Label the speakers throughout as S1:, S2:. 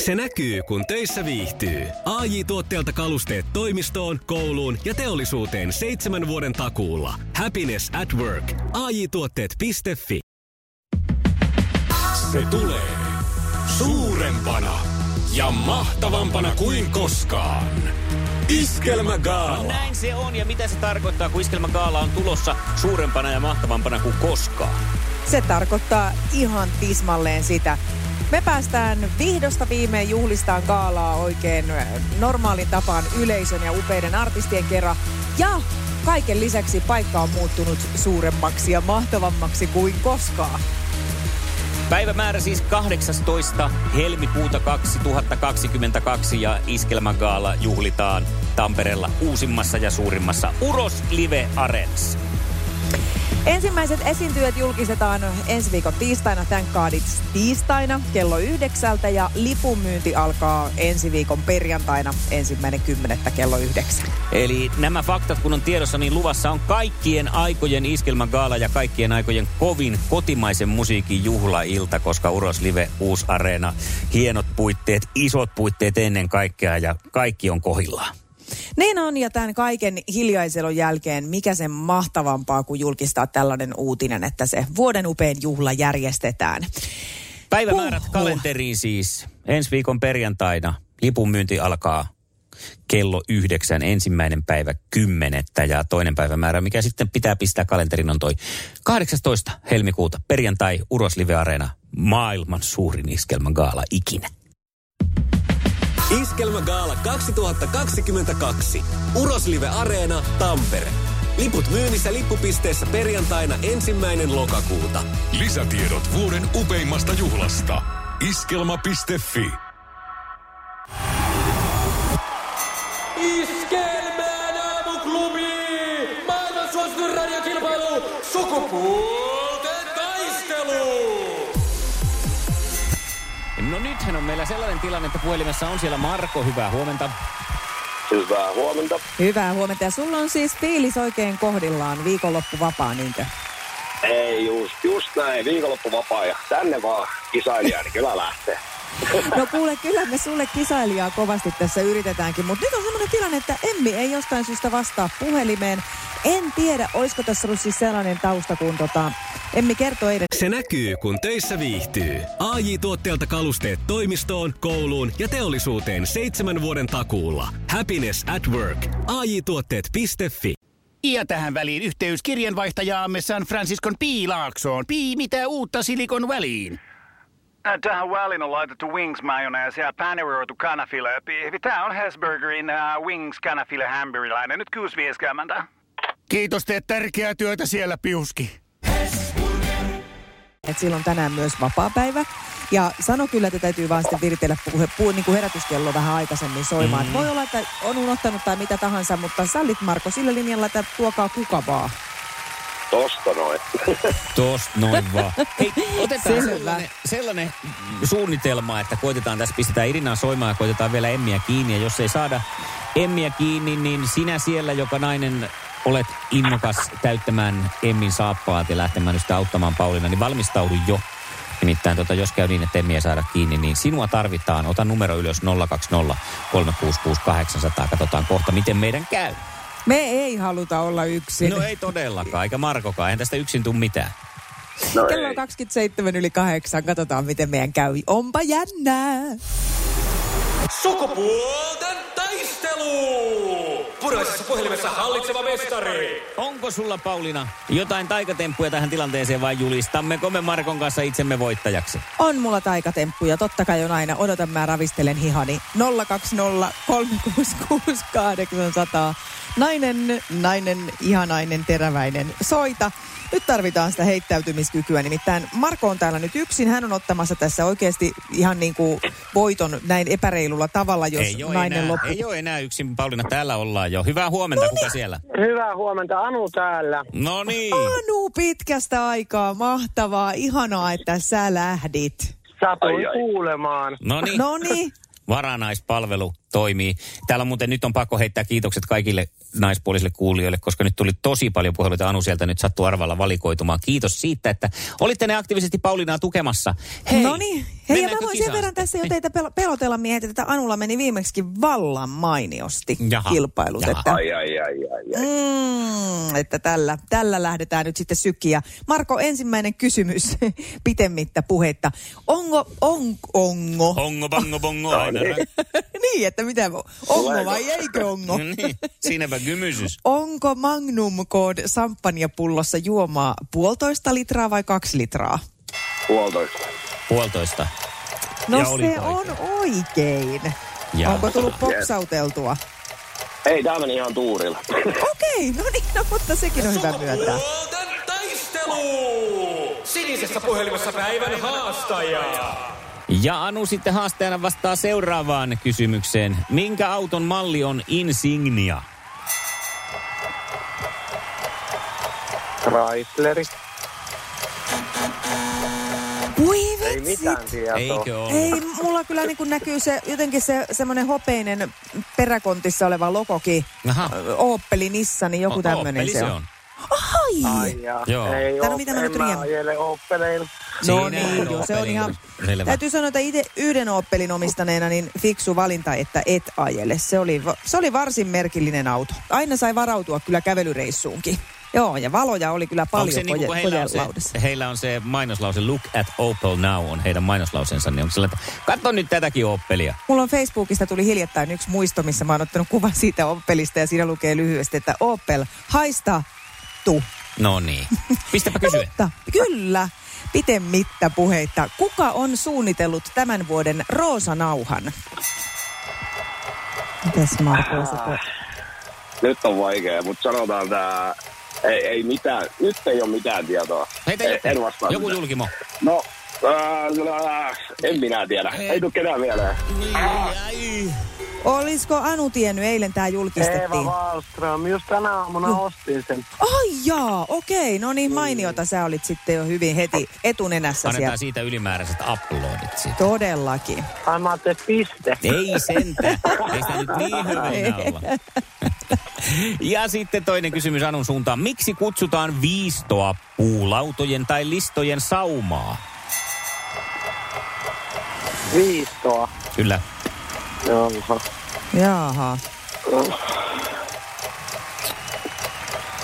S1: Se näkyy, kun töissä viihtyy. ai tuotteelta kalusteet toimistoon, kouluun ja teollisuuteen seitsemän vuoden takuulla. Happiness at work. ai tuotteetfi Se tulee suurempana ja mahtavampana kuin koskaan. Iskelmä
S2: No
S1: Gaala.
S2: näin se on ja mitä se tarkoittaa, kun Iskelmägaala on tulossa suurempana ja mahtavampana kuin koskaan.
S3: Se tarkoittaa ihan tismalleen sitä. Me päästään vihdosta viimein juhlistaan kaalaa oikein äh, normaalin tapaan yleisön ja upeiden artistien kerran. Ja kaiken lisäksi paikka on muuttunut suuremmaksi ja mahtavammaksi kuin koskaan.
S2: Päivämäärä siis 18. helmikuuta 2022 ja Iskelmägaala juhlitaan Tampereella uusimmassa ja suurimmassa Uros Live Areenassa.
S3: Ensimmäiset esiintyjät julkistetaan ensi viikon tiistaina, Thank Godits tiistaina kello yhdeksältä ja lipunmyynti alkaa ensi viikon perjantaina ensimmäinen kymmenettä kello yhdeksän.
S2: Eli nämä faktat kun on tiedossa, niin luvassa on kaikkien aikojen Iskelmägaala ja kaikkien aikojen kovin kotimaisen musiikin juhlailta, koska Uros Live, Uusi Areena, hienot puitteet, isot puitteet ennen kaikkea ja kaikki on kohillaan.
S3: Niin on, ja tämän kaiken hiljaiselon jälkeen, mikä sen mahtavampaa kuin julkistaa tällainen uutinen, että se vuoden upein juhla järjestetään.
S2: Päivämäärät
S3: Huhhuh.
S2: kalenteriin siis. Ensi viikon perjantaina lipun myynti alkaa kello yhdeksän, ensimmäinen päivä kymmenettä ja toinen päivämäärä, mikä sitten pitää pistää kalenterin on toi 18. helmikuuta, perjantai, Uros Live Areena, maailman suurin iskelmän gaala ikinä.
S1: Iskelmä Gaala 2022. Uroslive Areena, Tampere. Liput myynnissä lippupisteessä perjantaina ensimmäinen lokakuuta.
S4: Lisätiedot vuoden upeimmasta juhlasta. Iskelma.fi.
S5: Iskelmään aamuklubi! Maailman suosituin radiokilpailu! Sukupuolten taistelu!
S2: No nythän on meillä sellainen tilanne, että puhelimessa on siellä Marko, hyvää huomenta.
S6: Hyvää huomenta.
S3: Hyvää huomenta, ja sulla on siis fiilis oikein kohdillaan viikonloppu vapaa, niinkö?
S6: Ei just, just näin. Viikonloppu vapaa ja tänne vaan kisailija, niin kyllä lähtee.
S3: No kuule, kyllä me sulle kisailijaa kovasti tässä yritetäänkin, mutta nyt on sellainen tilanne, että Emmi ei jostain syystä vastaa puhelimeen. En tiedä, olisiko tässä ollut siis sellainen tausta, kun tota, Emmi kertoi eilen,
S1: Se näkyy, kun töissä viihtyy. ai tuotteelta kalusteet toimistoon, kouluun ja teollisuuteen seitsemän vuoden takuulla. Happiness at work. AJ-tuotteet.fi.
S7: Ja tähän väliin yhteys kirjanvaihtajaamme San Franciscon Piilaaksoon. Pii, mitä uutta Silikon väliin?
S8: Ä, Äh, Tähän väliin on laitettu wings mayonnaise ja paneroitu kanafila. Tämä on Hesburgerin uh, wings kanafila hamburilainen. Nyt 6.50.
S7: Kiitos, teet tärkeää työtä siellä, Piuski.
S3: että silloin on tänään myös vapaapäivä. Ja sano kyllä, että täytyy vaan sitten viritellä puhe, puhe, niin kuin herätyskello vähän aikaisemmin soimaan. Mm. Voi olla, että on unohtanut tai mitä tahansa, mutta sallit Marko sillä linjalla, että tuokaa kuka vaan.
S6: Tosta noin.
S2: Tost noin vaan. Hei, otetaan
S3: Selvä.
S2: sellainen, sellainen suunnitelma, että koitetaan tässä, pistetään Irinaa soimaan ja koitetaan vielä Emmiä kiinni. Ja jos ei saada Emmiä kiinni, niin sinä siellä, joka nainen olet innokas täyttämään Emmin saappaat ja lähtemään nyt sitä auttamaan Pauliina, niin valmistaudu jo. Nimittäin tota, jos käy niin, että Emmiä ei saada kiinni, niin sinua tarvitaan. Ota numero ylös 020 366 800. Katsotaan kohta, miten meidän käy.
S3: Me ei haluta olla yksin.
S2: No ei todellakaan, eikä Markokaan. Eihän tästä yksin tule mitään.
S6: No
S3: Kello on
S6: ei.
S3: 27 yli kahdeksan. Katsotaan, miten meidän käy. Onpa jännää.
S5: Sukupuolten taistelu! Puraisessa puhelimessa hallitseva mestari!
S2: Onko sulla, Pauliina, jotain taikatemppuja tähän tilanteeseen vai julistammeko me Markon kanssa itsemme voittajaksi?
S3: On mulla taikatemppuja. Totta kai on aina. Odotan, mä ravistelen hihani. 020 366 800. Nainen, nainen, ihanainen, teräväinen. Soita. Nyt tarvitaan sitä heittäytymiskykyä. Nimittäin Marko on täällä nyt yksin. Hän on ottamassa tässä oikeasti ihan niin kuin voiton näin epäreilulla tavalla, jos
S2: ei ole
S3: nainen
S2: enää,
S3: loppu. No niin.
S2: Ei ole enää yksin, Pauliina, täällä ollaan jo. Hyvää huomenta, Noniin. kuka siellä?
S9: Hyvää huomenta, Anu täällä.
S2: No niin.
S3: Anu, pitkästä aikaa. Mahtavaa. Ihanaa, että sä lähdit.
S9: Satuin
S6: Ai, ai.
S9: kuulemaan.
S2: No niin.
S3: No niin.
S2: Varanaispalvelu. toimii. Täällä muuten nyt on pakko heittää kiitokset kaikille naispuolisille kuulijoille, koska nyt tuli tosi paljon puheluita. Anu sieltä nyt sattuu arvalla valikoitumaan. Kiitos siitä, että olitte ne aktiivisesti Pauliinaa tukemassa. Hei,
S3: no niin. Hei, ja mä
S2: mennäänkö
S3: voin sen
S2: kisaan
S3: verran
S2: sitten?
S3: tässä jo teitä pel- pelotella miehet, että Anulla meni viimeksi vallan mainiosti
S2: Jaha,
S3: Jaha. kilpailut.
S2: jaha.
S3: Että,
S6: Ai, ai, ai, ai, ai.
S3: mm, että tällä, tällä lähdetään nyt sitten sykiä. Marko, ensimmäinen kysymys pitemmittä puhetta. Onko, on, ongo,
S2: Hongo, bongo, bongo. aina.
S3: niin, että mitä, ongo
S6: Tuleeko?
S3: vai eikö ongo?
S2: No niin, siinäpä kymysys.
S3: Onko Magnum Code samppanjapullossa juomaa puolitoista litraa vai kaksi litraa?
S6: Puolitoista.
S2: Puolitoista.
S3: No
S2: Ja
S3: se
S2: olipa
S3: on oikein.
S2: Ja.
S3: Onko tullut popsauteltua?
S6: Ei, tää meni ihan tuurilla.
S3: Okei, no niin, no, mutta sekin on hyvä myöntää.
S5: Sukupuolten taistelu! Sinisessä puhelimessa päivän haastaja.
S2: Ja Anu sitten haasteena vastaa seuraavaan kysymykseen. Minkä auton malli on Insignia?
S9: Chrysleri.
S3: Voi
S9: Ei mitään
S3: vitsit!
S9: tietoa.
S2: Eikö ole?
S3: Ei, mulla kyllä niin kuin näkyy se jotenkin se semmoinen hopeinen peräkontissa oleva lokoki.
S2: Aha.
S3: Ö, Opeli, Nissani, niin joku
S2: O-
S3: tämmöinen
S2: Opeli
S3: se on. Ai!
S9: Ai jaa.
S2: Joo.
S9: Ei
S3: Tää on
S9: oo-
S3: mitä mä nyt
S9: en mä
S3: riem-
S9: ajele Opeleilla.
S3: No
S2: Siinä
S3: niin,
S2: on
S3: joo, se on
S2: Opelin
S3: ihan...
S2: selvä.
S3: Täytyy sanoa, että itse yhden Opelin omistaneena niin fiksu valinta, että et ajele. Se oli, va- se oli varsin merkillinen auto. Aina sai varautua kyllä kävelyreissuunkin. Joo, ja valoja oli kyllä
S2: Onko
S3: paljon
S2: se niinku, kun
S3: koje-
S2: heillä, on
S3: kojelaudassa.
S2: se, heillä on se mainoslause Look at Opel Now on heidän mainoslausensa, niin onko sillä, että katso nyt tätäkin Opelia.
S3: Mulla on Facebookista tuli hiljattain yksi muisto, missä mä oon ottanut kuvan siitä Opelista ja siinä lukee lyhyesti, että Opel haista tu.
S2: No niin. Pistäpä kysyä.
S3: Mutta kyllä, pitemmittä puheita. Kuka on suunnitellut tämän vuoden Roosanauhan? Mites Marko, olisiko-
S6: Nyt on vaikea, mutta sanotaan tää... Ei, ei mitään. Nyt ei ole mitään tietoa.
S2: Heitä
S6: en, en
S2: joku,
S6: vastaa.
S2: joku
S6: mitään.
S2: julkimo.
S6: No, äh, äh, en minä tiedä. Ei, ei tule ketään vielä.
S3: Olisiko Anu tiennyt, eilen tämä
S9: Eeva
S3: julkistettiin?
S9: Wallström, just tänä aamuna ostin sen.
S3: Ai jaa, okei, no niin mainiota, sä olit sitten jo hyvin heti etunenässä siellä.
S2: Annetaan siitä ylimääräiset uploadit siitä.
S3: Todellakin.
S9: Ai mä ajattelin, että piste.
S2: Ei sentään. Ei sitä nyt niin hyvin olla. Ja sitten toinen kysymys Anun suuntaan. Miksi kutsutaan viistoa puulautojen tai listojen saumaa?
S9: Viistoa.
S2: Kyllä.
S9: Joo.
S3: Jaaha.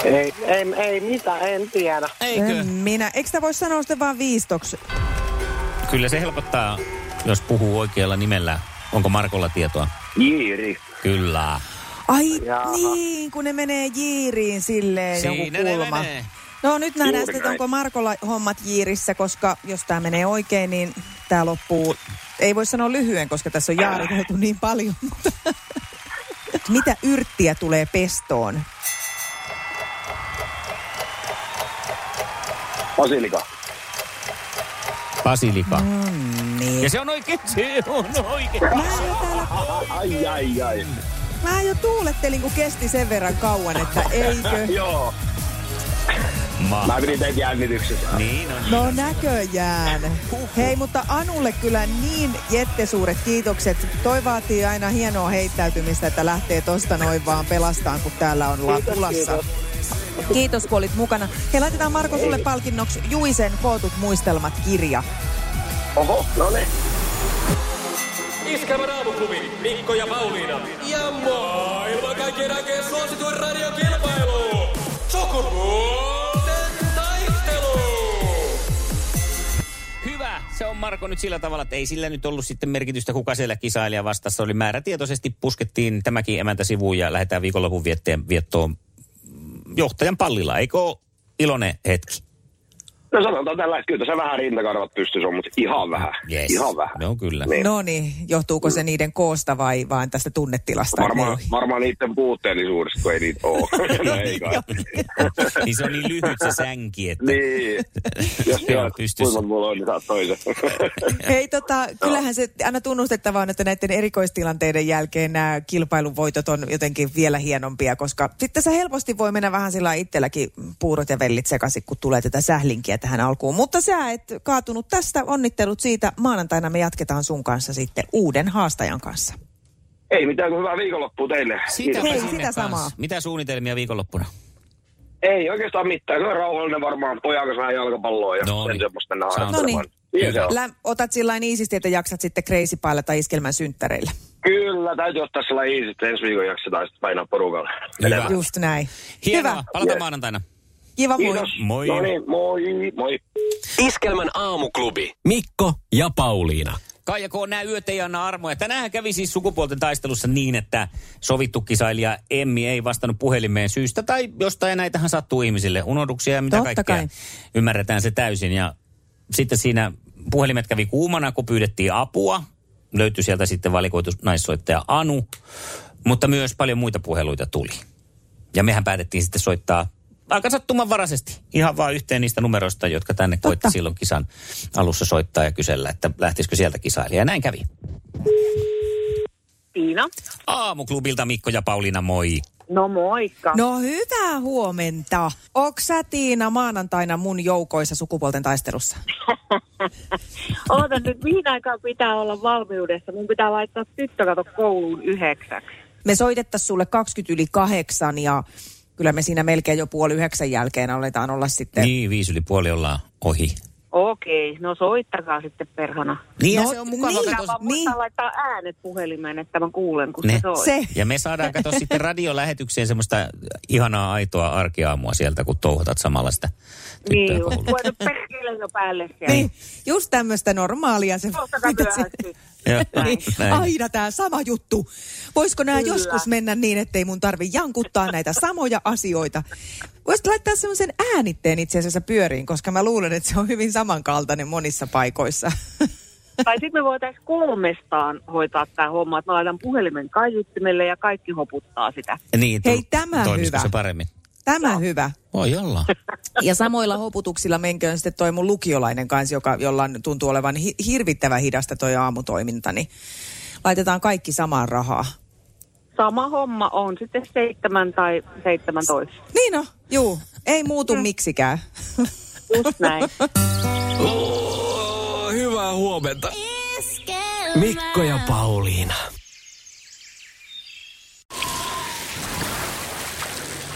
S9: Ei, ei, ei mitä, en tiedä.
S2: Eikö?
S3: En minä. Eikö sitä voi sanoa sitten vaan viistoksi?
S2: Kyllä se helpottaa, jos puhuu oikealla nimellä. Onko Markolla tietoa?
S6: Jiiri.
S2: Kyllä.
S3: Ai
S9: Jaaha.
S3: niin, kun ne menee jiiriin silleen
S2: Siinä
S3: joku
S2: ne
S3: kulma.
S2: menee.
S3: No nyt nähdään
S6: Juuri
S3: sitten, että
S6: näin.
S3: onko Markolla hommat jiirissä, koska jos tämä menee oikein, niin tämä loppuu. Ei voi sanoa lyhyen, koska tässä on jaariteltu niin paljon. mutta- Mitä yrttiä tulee pestoon?
S6: Basilika.
S2: Basilika.
S3: Niin.
S2: Ja se on oikein, se on oikein.
S3: Mä jo täällä
S6: Ai, ai, ai.
S3: Mä jo tuulettelin, kun kesti sen verran kauan, että eikö.
S6: Joo.
S2: Ma.
S6: Mä pidin teitä jännityksessä.
S2: Niin on.
S3: No näköjään. Hei, mutta Anulle kyllä niin jettesuuret kiitokset. Toi vaatii aina hienoa heittäytymistä, että lähtee tosta noin vaan pelastaan, kun täällä on la- pulassa. Kiitos, kun olit mukana. Hei, laitetaan Marko sulle palkinnoksi Juisen kootut muistelmat kirja.
S6: Oho, no niin.
S5: Iskävä raamuklubi, Mikko ja Pauliina. Ja maailman kaikkien aikeen suosituen radiokilpailu. Sukupuolten taistelu!
S2: Hyvä. Se on Marko nyt sillä tavalla, että ei sillä nyt ollut sitten merkitystä, kuka siellä kisailija vastassa oli. Määrätietoisesti puskettiin tämäkin emäntä sivuun ja lähdetään viikonlopun vietteen viettoon johtajan pallilla. Eikö ole iloinen hetki?
S6: No sanotaan tällä hetkellä, kyllä tässä vähän rintakarvat pystyssä on, mutta ihan vähän.
S2: Yes.
S6: Ihan vähän.
S2: No kyllä.
S6: Niin.
S3: No niin, johtuuko se niiden koosta vai vaan tästä tunnetilasta?
S6: Varmaan, varmaan niiden puutteellisuudesta, kun ei niitä ole. no ei kai.
S2: niin se on niin lyhyt se sänki, että...
S6: niin. Jos
S2: Joo,
S6: tiedät,
S2: pystyssä.
S6: kuinka mulla on, niin saat toisen.
S3: Hei, tota, kyllähän se aina tunnustettava on, että näiden erikoistilanteiden jälkeen nämä kilpailun voitot on jotenkin vielä hienompia, koska sitten se helposti voi mennä vähän sillä lailla itselläkin puurot ja vellit sekaisin, kun tulee tätä sählinkiä tähän alkuun. Mutta sä et kaatunut tästä, onnittelut siitä. Maanantaina me jatketaan sun kanssa sitten uuden haastajan kanssa.
S6: Ei mitään, kuin hyvää viikonloppua teille.
S2: Sitäpä
S3: Hei,
S2: sinne
S3: sitä samaa.
S2: kans. Mitä suunnitelmia viikonloppuna?
S6: Ei oikeastaan mitään. Se on rauhallinen varmaan pojan kanssa vähän jalkapalloa ja
S2: No
S6: no,
S2: niin.
S6: niin. semmoista mennään
S2: Saa-
S6: harjoittelemaan.
S3: No
S6: Niin se on.
S3: Lä- otat sillä lailla iisisti, että jaksat sitten kreisipailla tai iskelmän synttäreillä.
S6: Kyllä, täytyy ottaa sillä easy, että ensi viikon jaksetaan sitten painaa porukalle.
S2: Hyvä.
S3: Just näin.
S2: Hienoa.
S3: Hyvä.
S2: Palataan
S6: Yes.
S2: maanantaina.
S3: Kiva moi.
S6: Kiitos.
S2: Moi.
S6: No niin, moi, moi.
S5: Iskelmän aamuklubi.
S1: Mikko ja Pauliina.
S2: Kaija K. Nää yöt ei anna armoja. Tänään kävi siis sukupuolten taistelussa niin, että sovittu kisailija Emmi ei vastannut puhelimeen syystä tai jostain. Ja näitähän sattuu ihmisille. Unohduksia ja mitä
S3: Totta
S2: kaikkea.
S3: kai.
S2: Ymmärretään se täysin. Ja sitten siinä puhelimet kävi kuumana, kun pyydettiin apua. Löytyi sieltä sitten valikoitu naissoittaja Anu. Mutta myös paljon muita puheluita tuli. Ja mehän päätettiin sitten soittaa aika sattumanvaraisesti ihan vaan yhteen niistä numeroista, jotka tänne Totta. koitti silloin kisan alussa soittaa ja kysellä, että lähtisikö sieltä kisailija. Ja näin kävi.
S9: Tiina.
S2: Aamuklubilta Mikko ja Pauliina, moi.
S9: No moikka.
S3: No hyvää huomenta. Onko sä Tiina maanantaina mun joukoissa sukupuolten taistelussa?
S9: Ootan nyt, mihin aikaan pitää olla valmiudessa? Mun pitää laittaa tyttö kato kouluun yhdeksäksi.
S3: Me soitettaisiin sulle 20 yli kahdeksan ja kyllä me siinä melkein jo puoli yhdeksän jälkeen aletaan olla sitten.
S2: Niin, viisi yli puoli ollaan ohi.
S9: Okei, no soittakaa sitten perhana.
S2: Niin,
S3: No,
S2: no, se on mukava.
S3: niin.
S9: Pitää
S2: Katos,
S9: vaan muistaa
S3: niin.
S9: laittaa äänet puhelimeen, että mä kuulen, kun
S2: Ne.
S9: se soi.
S3: Se.
S2: ja me saadaan katsoa sitten radiolähetykseen semmoista ihanaa aitoa arkiaamua sieltä, kun touhotat samalla sitä tyttöä
S9: Niin,
S2: kouluun.
S9: voinut perkeleen jo päälle siellä.
S3: Niin, just tämmöistä normaalia se.
S9: Kohtakaa
S3: mitä se-
S9: myöhässä tyttö.
S2: Joo,
S3: Niin,
S2: näin.
S3: Aina tämä sama juttu. Voisiko nämä
S9: Kyllä.
S3: joskus mennä niin, ettei mun tarvi jankuttaa näitä samoja asioita? Voisit laittaa semmoisen äänitteen itse asiassa pyöriin, koska mä luulen, että se on hyvin samankaltainen monissa paikoissa.
S9: Tai sitten me voitaisiin kolmestaan hoitaa tämä homma, että mä laitan puhelimen kaiuttimelle ja kaikki hoputtaa sitä.
S2: Niin,
S3: Hei,
S2: tu-
S3: tämä
S2: toimisiko
S3: hyvä.
S2: se paremmin?
S3: Tämä hyvä.
S2: Voi olla.
S3: Ja samoilla hoputuksilla menköön sitten toi mun lukiolainen kanssa, joka, jolla on- tuntuu olevan hi- hirvittävän hidasta toi aamutoiminta, niin laitetaan kaikki samaan rahaa.
S9: Sama homma on sitten seitsemän tai seitsemäntoista.
S3: Niin no, juu, ei muutu miksikään.
S9: Just näin.
S1: Oh, hyvää huomenta. Mikko ja Pauliina.